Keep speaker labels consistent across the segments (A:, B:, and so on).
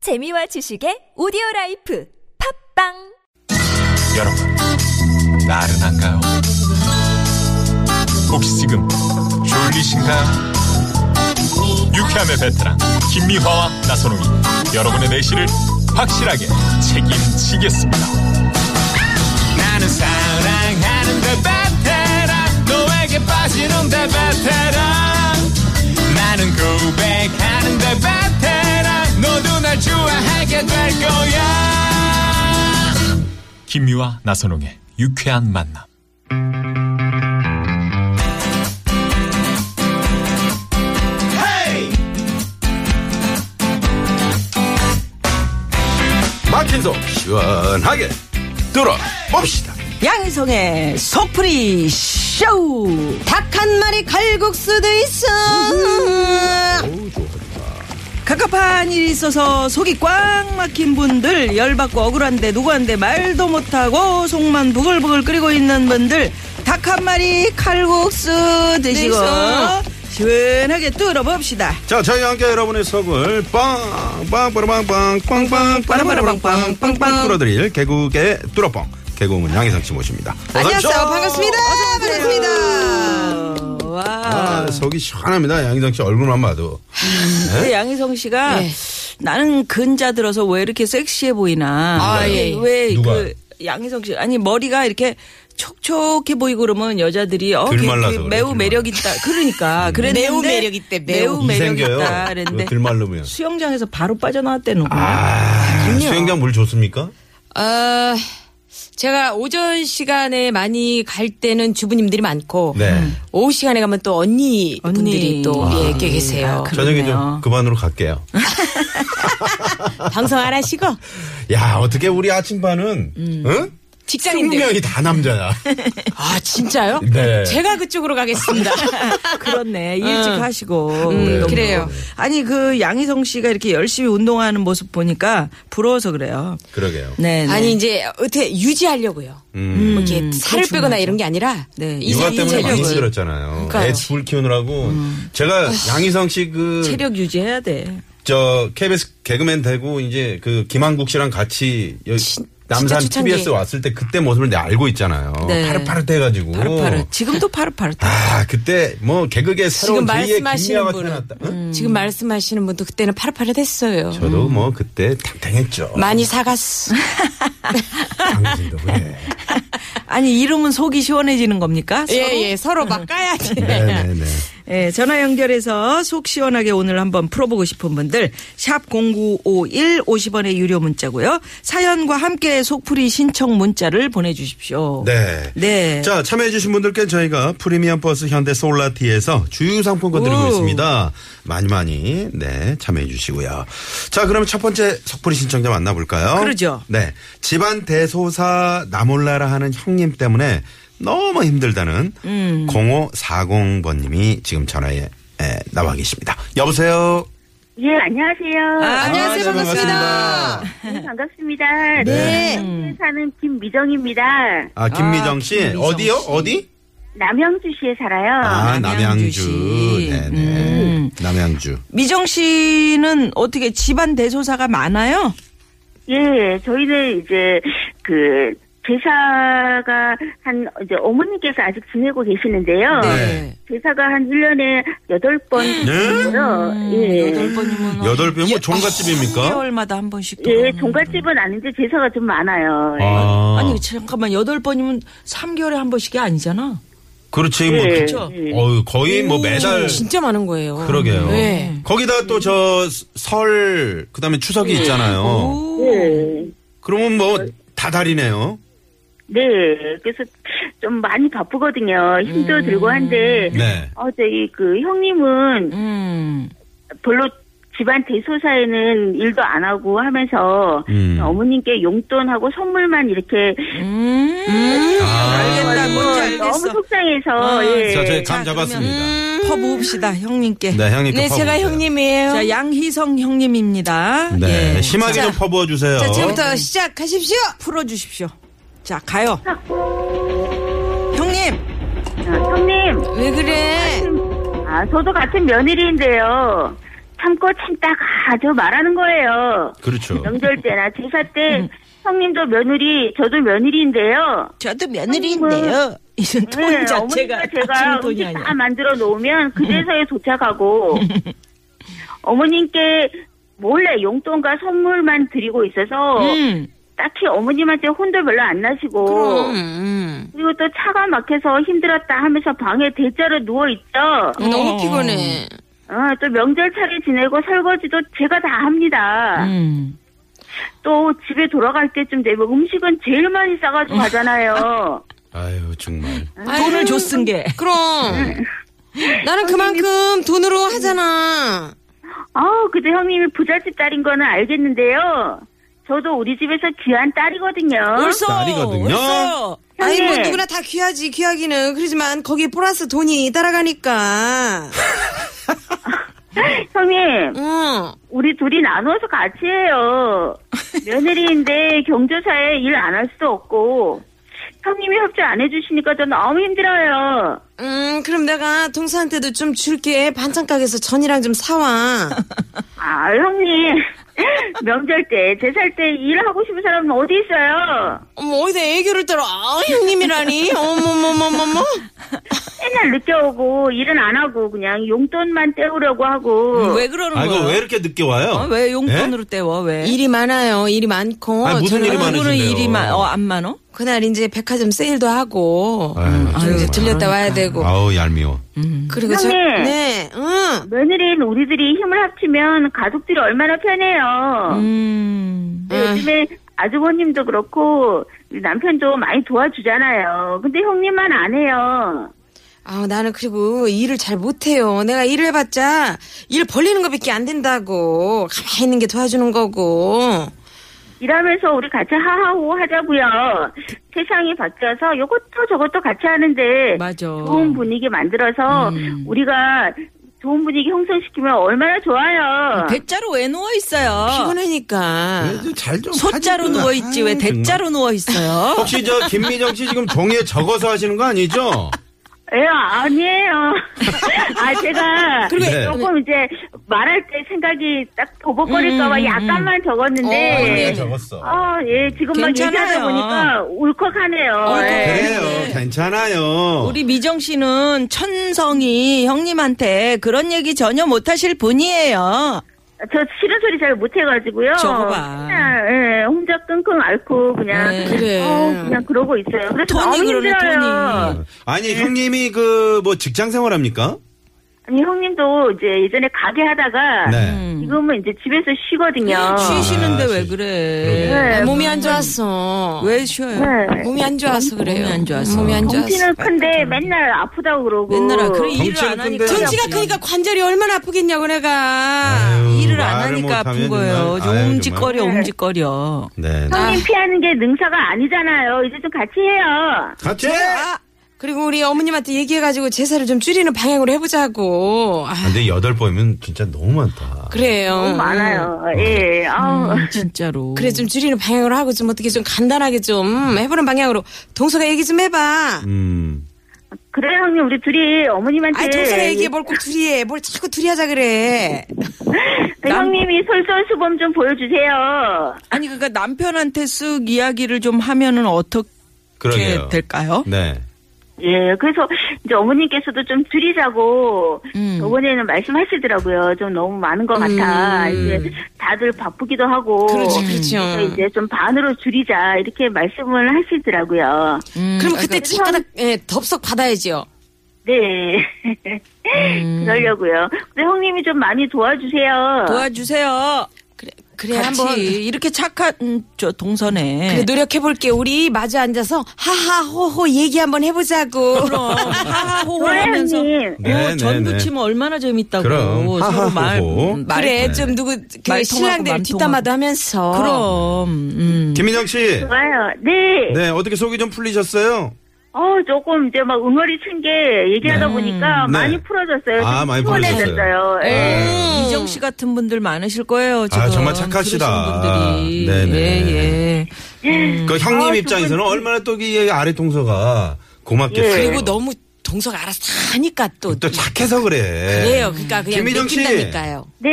A: 재미와 지식의 오디오 라이프 팝빵
B: 여러분, 나른한가요? 혹시 지금 졸리신가요? 유쾌함의 베테랑 김미화와 나선홍이 여러분의 내실을 확실하게 책임지겠습니다. 나는 사랑하는데 베테랑 너에게 빠지는데 베테랑 나는 고백하는데 베테랑 너도 날 좋아하게 될 거야. 김유와 나선홍의 유쾌한 만남.
C: 막힌 속 시원하게 들어봅시다.
D: 양희성의 소프리 쇼! 닭 한 마리 갈국수도 있어! 갑갑한 일이 있어서 속이 꽉 막힌 분들, 열받고 억울한데 누구한테 말도 못하고 속만 부글부글 끓이고 있는 분들, 닭 한 마리 칼국수 드시고 시원하게 뚫어봅시다.
C: 자, 저희와 함께 여러분의 속을 빵빵 빠라빵빵 빵빵 빠라빠라빵빵 빵빵 뚫어드릴 개국의 뚫어뻥 개국은 양희성 씨 모십니다. 어서
D: 안녕하세요.
C: 오십시오.
D: 반갑습니다. 반갑습니다. 와.
C: 아, 속이 시원합니다. 양희성 씨 얼굴만 봐도. 네?
D: 근데 그 양희성 씨가
E: 네.
D: 나는 근자 들어서 왜 이렇게 섹시해 보이나.
E: 아, 예, 예.
C: 누가?
D: 왜그 양희성 씨 아니 머리가 이렇게 촉촉해 보이고 그러면 여자들이 어
C: 덜
D: 걔-
C: 말라서
D: 걔
C: 그래,
D: 매우
C: 덜
D: 매력 있다. 그러니까 그랬는데
E: 매우 매력 있대, 매우.
D: 매력
C: 이생겨요.
D: 있다. 그랬는데
C: 이거 들말르면.
D: 수영장에서 바로 빠져나왔대는구나.
C: 아, 수영장 물 좋습니까?
E: 아, 제가 오전 시간에 많이 갈 때는 주부님들이 많고
C: 네.
D: 음,
C: 아,
E: 오후 시간에 가면 또 언니,
D: 언니.
E: 분들이 또 예, 꽤 계세요.
D: 그-
C: 저녁에
D: 그러네요.
C: 좀 그만으로 갈게요. 그-
E: 방송 안 하시고
C: 야, 어떻게 우리 아침반은
D: 음.
C: 응?
E: 직장인들.
C: 20명이 다 남자야.
E: 아 진짜요?
C: 네.
E: 제가 그쪽으로 가겠습니다.
D: 아, 그렇네. 일찍 하시고.
E: 아.
C: 네.
E: 음,
D: 너무.
E: 그래요.
D: 아니 그 양희성 씨가 이렇게 열심히 운동하는 모습 보니까 부러워서 그래요.
C: 그러게요. 음.
D: 네. 네.
E: 아니 이제 어떻게 유지하려고요. 뭐 이렇게 살을 빼거나 이런 게 아니라
D: 네.
E: 이
C: 육아
E: 이
C: 때문에 많이
E: 체력을.
C: 힘들었잖아요.
E: 그러니까요. 음.
C: 애둘 키우느라고 제가 양희성 씨그
D: 체력 유지해야 돼.
C: 저 KBS 개그맨 되고 이제 그 김한국 씨랑 같이 여기
E: 진-
C: 남산
E: 진짜 초창기.
C: TBS 왔을 때 그때 모습을 내가 알고 있잖아요.
D: 네.
C: 파릇파릇 해가지고.
D: 파릇파릇. 지금도 파릇파릇.
C: 아 그때 뭐 개그계 새로운
E: 지금
C: 제2의
E: 말씀하시는
C: 김미아가
E: 분은 음.
C: 태어났다. 응?
E: 지금 말씀하시는 분도 그때는 파릇파릇했어요.
C: 저도 아, 뭐 그때 탕탕했죠.
E: 많이 사갔어.
C: 당신도 예.
E: 네.
C: 그래.
D: 아니 이름은 속이 시원해지는 겁니까? 서로?
E: 예예 서로 막 까야 지
C: 네네네.
D: 예, 전화 연결해서 속 시원하게 오늘 한번 풀어보고 싶은 분들 샵 #0951 50원의 유료 문자고요. 사연과 함께 속풀이 신청 문자를 보내주십시오.
C: 네.
D: 네.
C: 자, 참여해주신 분들께 저희가 프리미엄 버스 현대 솔라티에서 주유상품권 드리고
D: 오.
C: 있습니다. 많이 많이, 네, 참여해주시고요. 자, 그러면 첫 번째 석불이 신청자 만나볼까요?
D: 그러죠.
C: 네. 집안 대소사 나몰라라 하는 형님 때문에 너무 힘들다는 음. 0540번님이 지금 전화에 에, 나와 계십니다. 여보세요?
F: 예, 안녕하세요.
C: 안녕하세요. 아, 반갑습니다.
F: 네, 반갑습니다. 네.
C: 음.
F: 남양주에 사는 김미정입니다.
C: 아, 김미정 씨. 어디요? 어디?
F: 남양주시에 살아요.
C: 아, 음.
D: 남양주시.
C: 남양주. 네네. 남양주.
D: 미정 씨는 어떻게 집안 대소사가 많아요?
F: 예, 저희는 이제 그 제사가 한 이제 어머님께서 아직 지내고 계시는데요.
C: 네.
F: 제사가 한 1년에 8번 정도요. 예.
C: 음, 여덟 병, 뭐, 종갓집입니까?
D: 10개월마다 네. 한 번씩. 또
F: 예,
D: 가는.
F: 종갓집은 아닌데 제사가 좀 많아요.
C: 아,
D: 네. 아니 잠깐만 여덟 번이면 3개월에 한 번씩이 아니잖아.
C: 그렇지, 뭐,
F: 예,
C: 그쵸.
F: 예.
C: 어우, 거의 뭐 매달.
E: 진짜 많은 거예요.
C: 그러게요.
E: 네.
C: 거기다 또 저 설, 그 다음에 추석이 있잖아요.
D: 오.
F: 예.
C: 그러면 뭐, 다 달이네요.
F: 네. 그래서 좀 많이 바쁘거든요. 힘도
C: 음.
F: 들고 한데
C: 네.
F: 어, 저희 그 형님은
D: 음.
F: 별로 집안 대소사에는 일도 안 하고 하면서
C: 음.
F: 어머님께 용돈하고 선물만 이렇게
D: 음. 알겠다. 뭔지 알겠어.
F: 너무 속상해서
D: 어,
F: 예.
C: 아, 자, 저희 감
D: 자,
C: 잡았습니다.
D: 퍼부읍시다 형님께.
C: 네, 형님.
E: 네, 제가 형님이에요.
D: 자 양희성 형님입니다.
C: 네.
D: 예.
C: 심하게 좀 퍼부어 주세요.
E: 자, 지금부터 시작하십시오.
D: 풀어주십시오. 자 가요. 형님.
F: 아, 형님
E: 왜 그래?
F: 아 저도 같은 며느리인데요 참고 참다가 아주 말하는 거예요.
C: 그렇죠.
F: 명절 때나 제사 때
D: 음.
F: 형님도 며느리, 저도 며느리인데요.
D: 저도 며느리인데요. 이런 톤 자체가
F: 네, 어머니가 제가
D: 아침 톤이
F: 음식
D: 아니야. 음.
F: 다 만들어 놓으면 그 제사에 도착하고 어머님께 몰래 용돈과 선물만 드리고 있어서
D: 음.
F: 딱히 어머님한테 혼도 별로 안 나시고
E: 그럼. 음.
F: 그리고 또 차가 막혀서 힘들었다 하면서 방에 대자로 누워 있죠.
D: 음.
E: 너무 피곤해.
F: 어, 또 명절 차례 지내고 설거지도 제가 다 합니다.
D: 음.
F: 또 집에 돌아갈 때쯤 되면 음식은 제일 많이 싸가지고 가잖아요.
C: 아유 정말.
D: 돈을 줬은 게.
E: 그럼. 나는 그만큼 돈으로 하잖아.
F: 아, 근데 형님이 부잣집 딸인 거는 알겠는데요. 저도 우리 집에서 귀한 딸이거든요.
D: 벌써.
C: 딸이거든요.
D: 벌써.
E: 아니 뭐
F: 형님.
E: 누구나 다 귀하지 귀하기는 그러지만 거기에 플러스 돈이 따라가니까
F: 형님,
E: 응
F: 우리 둘이 나눠서 같이 해요. 며느리인데 경조사에 일 안 할 수 없고, 형님이 협조 안 해주시니까 저 너무 힘들어요.
E: 음, 그럼 내가 동서한테도 좀 줄게. 반찬 가게에서 전이랑 좀 사와.
F: 아, 형님. 명절 때, 제살 때 일하고 싶은 사람은 어디 있어요?
E: 어머, 어디다 애교를 떨어. 아, 형님이라니. 어머머머머머.
F: 맨날 늦게 오고, 일은 안 하고, 그냥 용돈만 때우려고 하고.
D: 왜 그러는
C: 아 이거
D: 거야?
C: 왜 이렇게 늦게 와요? 예?
D: 어, 왜 용돈으로 때워 왜?
E: 일이 많아요. 일이 많고.
C: 아니, 무슨
E: 저는
C: 일이 많아요?
D: 누구는
C: 많으신데요.
D: 일이 만 어안 많어?
E: 그날 이제 백화점 세일도 하고.
C: 아유,
E: 음, 좀 이제
C: 정말.
E: 들렸다 와야 되고.
C: 아우 얄미워.
E: 그리고 저,
F: 형님.
E: 네, 응.
F: 며느리인 우리들이 힘을 합치면 가족들이 얼마나 편해요.
D: 음.
F: 근데 요즘에 아주버님도 그렇고 남편도 많이 도와주잖아요. 근데 형님만 안 해요.
E: 아 나는 그리고 일을 잘 못해요. 내가 일을 해봤자 일 벌리는 거밖에 안 된다고. 가만히 있는 게 도와주는 거고.
F: 일하면서 우리 같이 하하호 하자고요. 세상이 바뀌어서 요것도 저것도 같이 하는데
D: 맞아.
F: 좋은 분위기 만들어서
D: 음.
F: 우리가 좋은 분위기 형성시키면 얼마나 좋아요.
D: 대자로 왜 누워 있어요?
E: 피곤하니까.
C: 네, 잘좀
D: 소자로 누워 뭐 있지 왜 대자로 누워 있어요?
C: 혹시 저 김미정 씨 지금 종이에 적어서 하시는 거 아니죠?
F: 예, 아니에요. 아, 제가
C: 그리고 네.
F: 조금 이제 말할 때 생각이 딱 버벅거릴까봐 약간만 적었는데.
C: 네, 적었어.
F: 아, 예, 지금 막
D: 괜찮아요.
F: 얘기하다 보니까 울컥하네요. 예.
C: 그래요, 괜찮아요.
D: 우리 미정 씨는 천성이 형님한테 그런 얘기 전혀 못 하실 분이에요.
F: 저 싫은 소리 잘 못해가지고요.
D: 저거 봐.
F: 그냥, 예, 혼자 끙끙 앓고 그냥.
D: 네,
E: 그래.
F: 어, 그냥 그러고 있어요. 그래서
D: 토니
F: 너무
D: 그러네,
F: 힘들어요.
D: 토니.
C: 아니 형님이 그 뭐 직장 생활합니까?
F: 아니, 형님도 이제 예전에 가게 하다가.
C: 네.
F: 지금은 이제 집에서 쉬거든요.
D: 쉬시는데
C: 아,
D: 왜
C: 쉬-
D: 그래?
F: 네,
E: 아, 몸이 안 좋았어.
D: 왜 쉬어요?
F: 네.
E: 몸이 안 좋아서 그래요.
D: 어? 몸이 안 좋아서.
E: 몸이 안 좋아서.
F: 정신은 큰데 맨날 아프다고 그러고.
D: 맨날
C: 어,
D: 아- 그래 일을
C: 덩치는
D: 안 하니까
C: 큰데.
D: 그러니까
E: 정치가 크니까 관절이 얼마나 아프겠냐고 내가.
C: 아유,
D: 일을 안
C: 말을
D: 하니까 아픈
C: 못하면
D: 거예요.
C: 정말.
D: 좀
C: 아유,
D: 움직거려
E: 네.
F: 정말.
D: 움직거려.
C: 네.
E: 아.
C: 네.
F: 형님 피하는 게 능사가 아니잖아요. 이제 좀 같이 해요.
C: 같이.
E: 아, 그리고 우리 어머님한테 얘기해가지고 제사를 좀 줄이는 방향으로 해보자고. 아,
C: 근데 여덟 번이면 진짜 너무 많다.
E: 그래요.
F: 너무 많아요.
E: 어.
F: 예,
E: 음.
F: 아우.
D: 음, 진짜로.
E: 그래 좀 줄이는 방향으로 하고 좀 어떻게 좀 간단하게 좀 해보는 방향으로 동서가 얘기 좀 해봐.
C: 음.
F: 그래, 형님, 우리 둘이 어머님한테.
C: 예,
E: 아니 동서가 얘기해 뭘 꼭 둘이 해. 뭘 자꾸 둘이 하자 그래.
F: 네, 형님이 솔선수범 좀 보여주세요.
D: 아니 그러니까 남편한테 쓱 이야기를 좀 하면은 어떻게
C: 그러게요.
D: 될까요?
C: 네.
F: 예, 그래서 이제 어머님께서도 좀 줄이자고
E: 음.
F: 저번에는 말씀하시더라고요. 좀 너무 많은 것 같아. 이제 다들 바쁘기도 하고.
E: 음. 그렇죠, 그렇죠.
F: 그래서 이제 좀 반으로 줄이자 이렇게 말씀을 하시더라고요.
D: 음,
E: 그럼 그때 어. 뒷가닥 예, 덥석 받아야지요.
F: 네. 그러려고요. 근데 형님이 좀 많이 도와주세요.
D: 도와주세요.
E: 그래 그래
D: 같이
E: 네,
D: 예.
E: 한번
D: 이렇게 착한 음, 저 동선에.
E: 그래 노력해 볼게. 우리 마주 앉아서 하하호호 얘기 한번 해보자고.
D: 그럼 하하호호
F: 네,
D: 하면서
F: 형님.
C: 네,
D: 어,
C: 네,
D: 전
C: 네.
D: 붙이면 얼마나 재밌다고
C: 그럼.
D: 서로 말,
C: 하하호호.
D: 음, 말
E: 그래 좀 누구 그
D: 말통하고
E: 신랑들
D: 맘통하고.
E: 뒷담화도 하면서.
D: 그럼 음.
C: 김민정 씨.
F: 좋아요. 네.
C: 네, 어떻게 속이 좀 풀리셨어요?
F: 어, 조금 이제 막 응어리 친 게 얘기하다 보니까
C: 네.
F: 많이 풀어졌어요.
C: 아,
F: 좀
C: 많이
F: 시원해졌어요.
C: 풀어졌어요.
F: 예.
E: 음.
D: 이정 씨 같은 분들 많으실 거예요 지금.
C: 아, 정말 착하시다.
D: 그러신 분들이.
C: 네네.
D: 예, 예.
C: 그 형님
F: 아,
C: 입장에서는 얼마나 또이 아래 동서가 고맙겠어요.
E: 그리고 너무 동서가 알아서 다 하니까 또.
C: 예. 또 착해서 그래.
E: 그래요. 그러니까 그냥
C: 김미정 씨.
E: 느낀다니까요.
F: 네,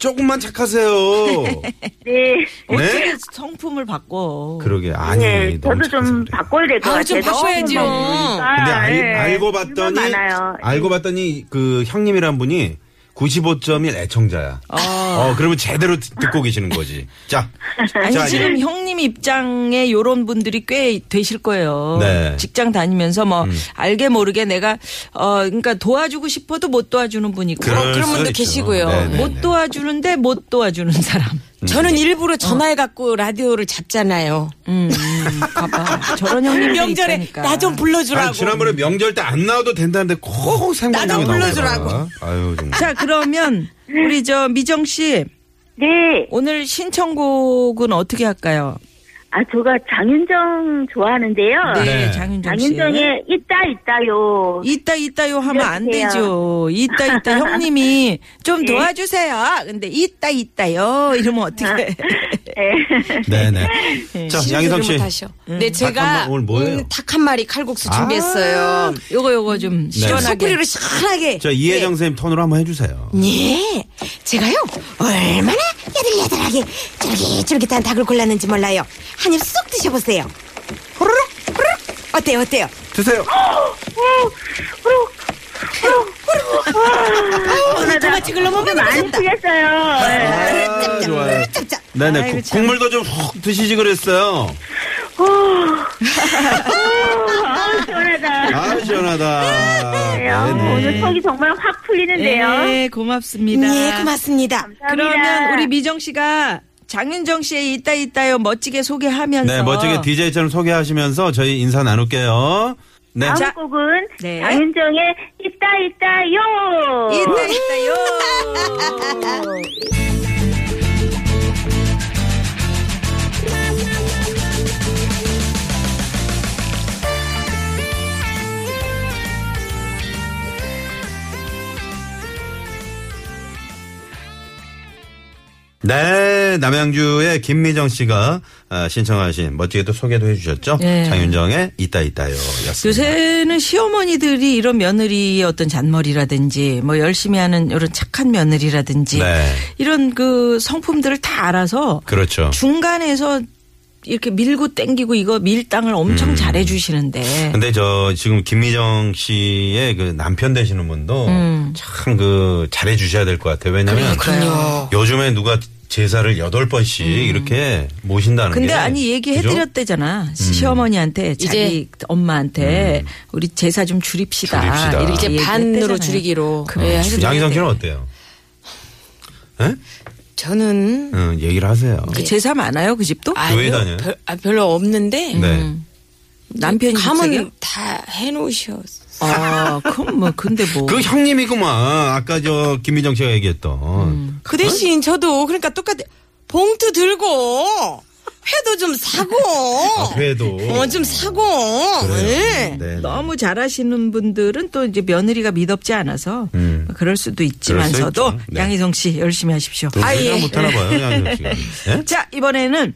C: 조금만 착하세요.
F: 네.
C: 네?
D: 성품을 바꿔.
C: 그러게 아니
F: 네,
C: 너무
F: 저도
C: 착해서 그래요.
F: 좀 바꿔야 될 것
E: 아,
F: 같아요. 네.
E: 좀 바꿔야죠.
C: 근데 알, 고 봤더니
F: 많아요. 예.
C: 알고 봤더니 그 형님이란 분이 95.1 애청자야. 어. 그러면 제대로 듣- 듣고 계시는 거지. 자.
D: 아니
C: 자,
D: 지금
C: 예.
D: 형님 입장에 요런 분들이 꽤 되실 거예요.
C: 네. 음.
D: 직장 다니면서 뭐 알게 모르게 내가 어 그러니까 도와주고 싶어도 못 도와주는 분이고 뭐
C: 그럴
E: 그런
C: 수
E: 분도
C: 있죠.
E: 계시고요.
C: 네네네.
D: 못 도와주는데 못 도와주는 사람.
C: 음.
E: 저는 일부러 전화해 갖고 라디오를
D: 어.
E: 잡잖아요. 아,
D: 음, 음, 봐봐. 저런 형님
E: 명절에 나 좀
C: 아니,
E: 불러주라고.
C: 지난번에 명절 때 안 나와도 된다는데 꼭 생방송에
E: 나도
C: 나오더라.
E: 불러주라고.
C: 아유 정말.
D: 자 그러면 우리 저 미정 씨
F: 네,
D: 오늘 신청곡은 어떻게 할까요?
F: 아 제가 장윤정 좋아하는데요.
D: 네,
C: 네.
D: 장윤정 씨.
F: 장윤정의 있다 있다요.
D: 이따 이따요 하면 안
F: 이러세요.
D: 되죠. 이따 이따 형님이 좀
F: 예.
D: 도와주세요. 근데 이따 이따요 이러면 어떻게? 해?
F: 네.
C: 네네. 자 양희성 씨.
E: 예,
D: 음.
E: 못하셔. 네,
C: 닭한
E: 제가 음,
C: 마- 오늘 뭐예요? 아, 네.
E: 닭 한 마리 칼국수 준비했어요.
D: 요거 요거 좀 시원하게.
E: 소프리로 시원하게.
C: 자 이혜정
E: 네.
C: 선생님 톤으로 한번 해주세요.
E: 예, 제가요 얼마나 야들야들하게 쫄깃쫄깃한 닭을 골랐는지 몰라요. 한 입 쏙 드셔보세요. 호로록 호로록 어때요 어때요?
C: 드세요.
E: 오늘 도마치 글로 먹으면
F: 많이
E: 맛있다.
D: 네.
F: 풀렸어요. 네.
C: 아, 좋아요.
E: 짭짭.
C: 네네
D: 아이고,
C: 국-
D: 참.
C: 국물도 좀 훅 드시지 그랬어요.
F: 아, 시원하다.
C: 아 시원하다.
D: 네,
C: 네,
F: 오늘 속이 정말 확 풀리는데요.
D: 예, 고맙습니다.
E: 예, 고맙습니다.
C: 네,
D: 그러면
F: 감사합니다.
D: 우리 미정 씨가 장윤정 씨의 이따 이따요 멋지게 소개하면서
C: 네 멋지게 DJ처럼 소개하시면서 저희 인사 나눌게요. 네.
F: 다음
D: 자.
F: 곡은
D: 네.
F: 장윤정의 있다 있다요.
D: 이따 이따요.
C: 네, 남양주의 김미정 씨가 아, 신청하신 멋지게 또 소개도 해주셨죠.
D: 네.
C: 장윤정의 이따 이따요. 였습니다.
D: 요새는 시어머니들이 이런 며느리의 어떤 잔머리라든지 뭐 열심히 하는 이런 착한 며느리라든지
C: 네.
D: 이런 그 성품들을 다 알아서
C: 그렇죠.
D: 중간에서 이렇게 밀고 땡기고 이거 밀당을 엄청
C: 음.
D: 잘해 주시는데
C: 근데 저 지금 김미정 씨의 그 남편 되시는 분도
D: 음.
C: 참 그 잘해 주셔야 될 것 같아요. 왜냐면
E: 그럼요.
C: 요즘에 누가 제사를 여덟 번씩 이렇게 모신다는 게
D: 음. 근데 아니
C: 그죠? 음.
D: 얘기해드렸대잖아
E: 음.
D: 시어머니한테 자기 엄마한테 우리 제사 좀 줄입시다,
C: 줄입시다.
D: 이렇게
C: 이제
E: 이제
D: 얘기했대잖아요.
E: 반으로 줄이기로.
D: 그래.
E: 예, 해서
C: 양희성 아, 씨는 어때요? 예?
E: 저는
C: 응, 얘기를 하세요.
D: 그 제사 많아요 그 집도
E: 아니요,
C: 교회 다녀요?
E: 별, 아, 별로 없는데
C: 네.
D: 남편이 집사게요?
E: 감은 다 해놓으셨어.
D: 아 그럼 뭐 근데 뭐
C: 그 형님이구만. 아까 저 김미정 씨가 얘기했던. 음.
E: 그 대신 저도 그러니까 똑같아. 봉투 들고 회도 좀 사고.
C: 아, 회도.
E: 어, 좀 사고.
C: 그래요.
E: 예.
C: 네.
D: 너무 잘하시는 분들은 또 이제 며느리가 미덥지 않아서
C: 음.
D: 그럴 수도 있지만서도
C: 있죠. 네.
D: 양희성 씨 열심히 하십시오.
C: 아, 예. 못하나 봐요, 양희성 씨가. 예?
D: 자 이번에는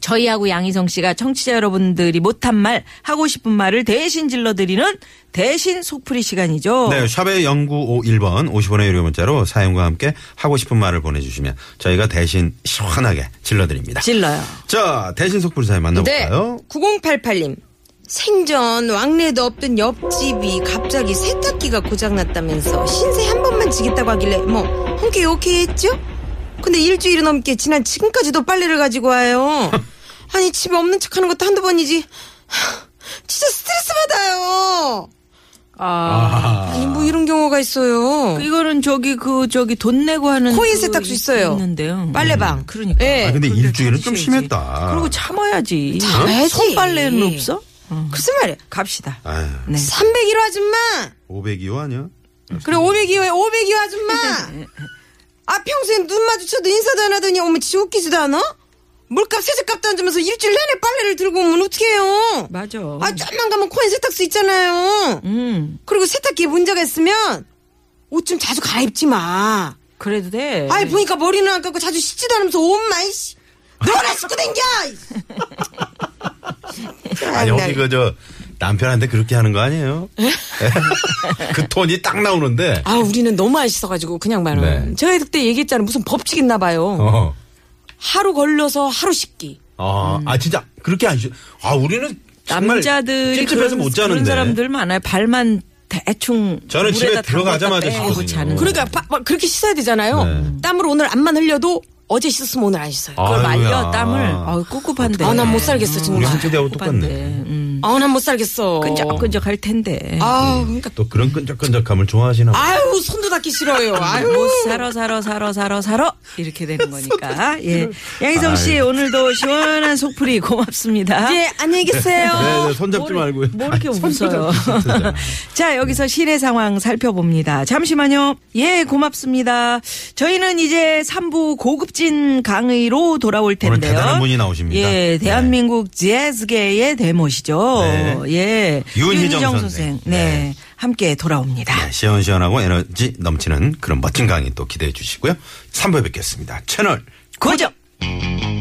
D: 저희하고 양희성 씨가 청취자 여러분들이 못한 말 하고 싶은 말을 대신 질러드리는 대신 속풀이 시간이죠.
C: 네, 샵의 0951번 50원의 유료 문자로 사연과 함께 하고 싶은 말을 보내주시면 저희가 대신 시원하게 질러드립니다.
D: 질러요.
C: 자, 대신 속불 사연
E: 네.
C: 만나볼까요?
E: 9088님. 생전 왕래도 없던 옆집이 갑자기 세탁기가 고장났다면서 신세 한 번만 지겠다고 하길래 뭐 흔쾌히 오케이 했죠? 근데 일주일이 넘게 지난 지금까지도 빨래를 가지고 와요. 아니 집에 없는 척하는 것도 한두 번이지. 하, 진짜 스트레스 받아요. 아니 뭐 이런 경우가 있어요.
D: 이거는 저기 그 저기 돈 내고 하는
E: 코인
D: 그
E: 세탁소 있어요.
D: 있는데요.
E: 빨래방.
D: 그러니까.
E: 예.
C: 아, 근데
D: 그런데
C: 일주일은 좀
D: 참으셔야지.
C: 심했다.
D: 그리고 참아야지.
E: 참아야지.
D: 손빨래는 없어? 어.
E: 글쎄 말이야.
D: 갑시다.
C: 아유,
D: 네.
E: 301호 아줌마.
C: 502호 아니야?
E: 그래 502호에 502호 아줌마 아 평소엔 눈 마주쳐도 인사도 안 하더니 어머 진짜 웃기지도 않아? 물값 세제값도 안 주면서 일주일 내내 빨래를 들고 오면 어떡해요
D: 맞아.
E: 아 좀만 가면 코인 세탁소 있잖아요
D: 음.
E: 그리고 세탁기에 문제가 있으면 옷 좀 자주 갈아입지 마
D: 그래도 돼.
E: 아이 보니까 머리는 안 감고 자주 씻지도 않으면서 옷만 이씨 너나 씻고 댕겨
C: 아, 여기 그저 남편한테 그렇게 하는 거 아니에요? 그 톤이 딱 나오는데.
E: 아, 우리는 너무 아시어가지고 그냥 말로.
C: 네.
E: 저희 그때 얘기했잖아요. 무슨 법칙 있나 봐요.
C: 어.
E: 하루 걸러서 하루 씻기.
C: 아, 아 진짜 그렇게 안 쉬. 아 우리는 정말
D: 남자들이
C: 찝찝해서
D: 그런,
C: 못
D: 그런
C: 자는데.
D: 사람들 많아요. 발만 대충
C: 저는 집에
D: 물에다
C: 들어가자마자
D: 담갔다 빼고
C: 씻거든요.
D: 자는 거.
E: 그러니까 바- 막 그렇게 씻어야 되잖아요.
C: 네.
E: 땀으로 오늘 안만 흘려도 어제 씻었으면 오늘 안 씻어요.
D: 그걸
C: 아이고야. 네.
D: 말려 땀을 어우 꿉꿉한데.
E: 아, 난 못 살겠어,
C: 우리
E: 정말.
C: 형제들하고 똑같네.
D: 음.
E: 아, 난 못 살겠어.
D: 끈적끈적 할 텐데.
E: 아, 그러니까
C: 또 그런 끈적끈적함을 좋아하시나 봐.
E: 아유, 손도 닿기 싫어요. 아유.
D: 못 살어 살어 살어 살어 살어 이렇게 되는 거니까 예 양희성 씨
C: 아유.
D: 오늘도 시원한 속풀이 고맙습니다.
E: 예, 안녕히
C: 네,
E: 계세요.
C: 네, 손 잡지
D: 뭘-
C: 말고요.
D: 뭘 아, 이렇게
C: 아니, 손
D: 웃어요?
C: 잡지 진짜.
D: 자, 여기서 시내 상황 살펴봅니다. 잠시만요. 예, 고맙습니다. 저희는 이제 3부 고급진 강의로 돌아올 텐데요.
C: 오늘 대단한 분이 나오십니다.
D: 예, 대한민국 재즈계의 대모시죠.
C: 네.
D: 예.
C: 윤희정
D: 선생.
C: 선생.
D: 네.
C: 네.
D: 함께 돌아옵니다.
C: 네, 시원시원하고 에너지 넘치는 그런 멋진 강의 또 기대해 주시고요. 3부에 뵙겠습니다. 채널
D: 고정!
C: 고정.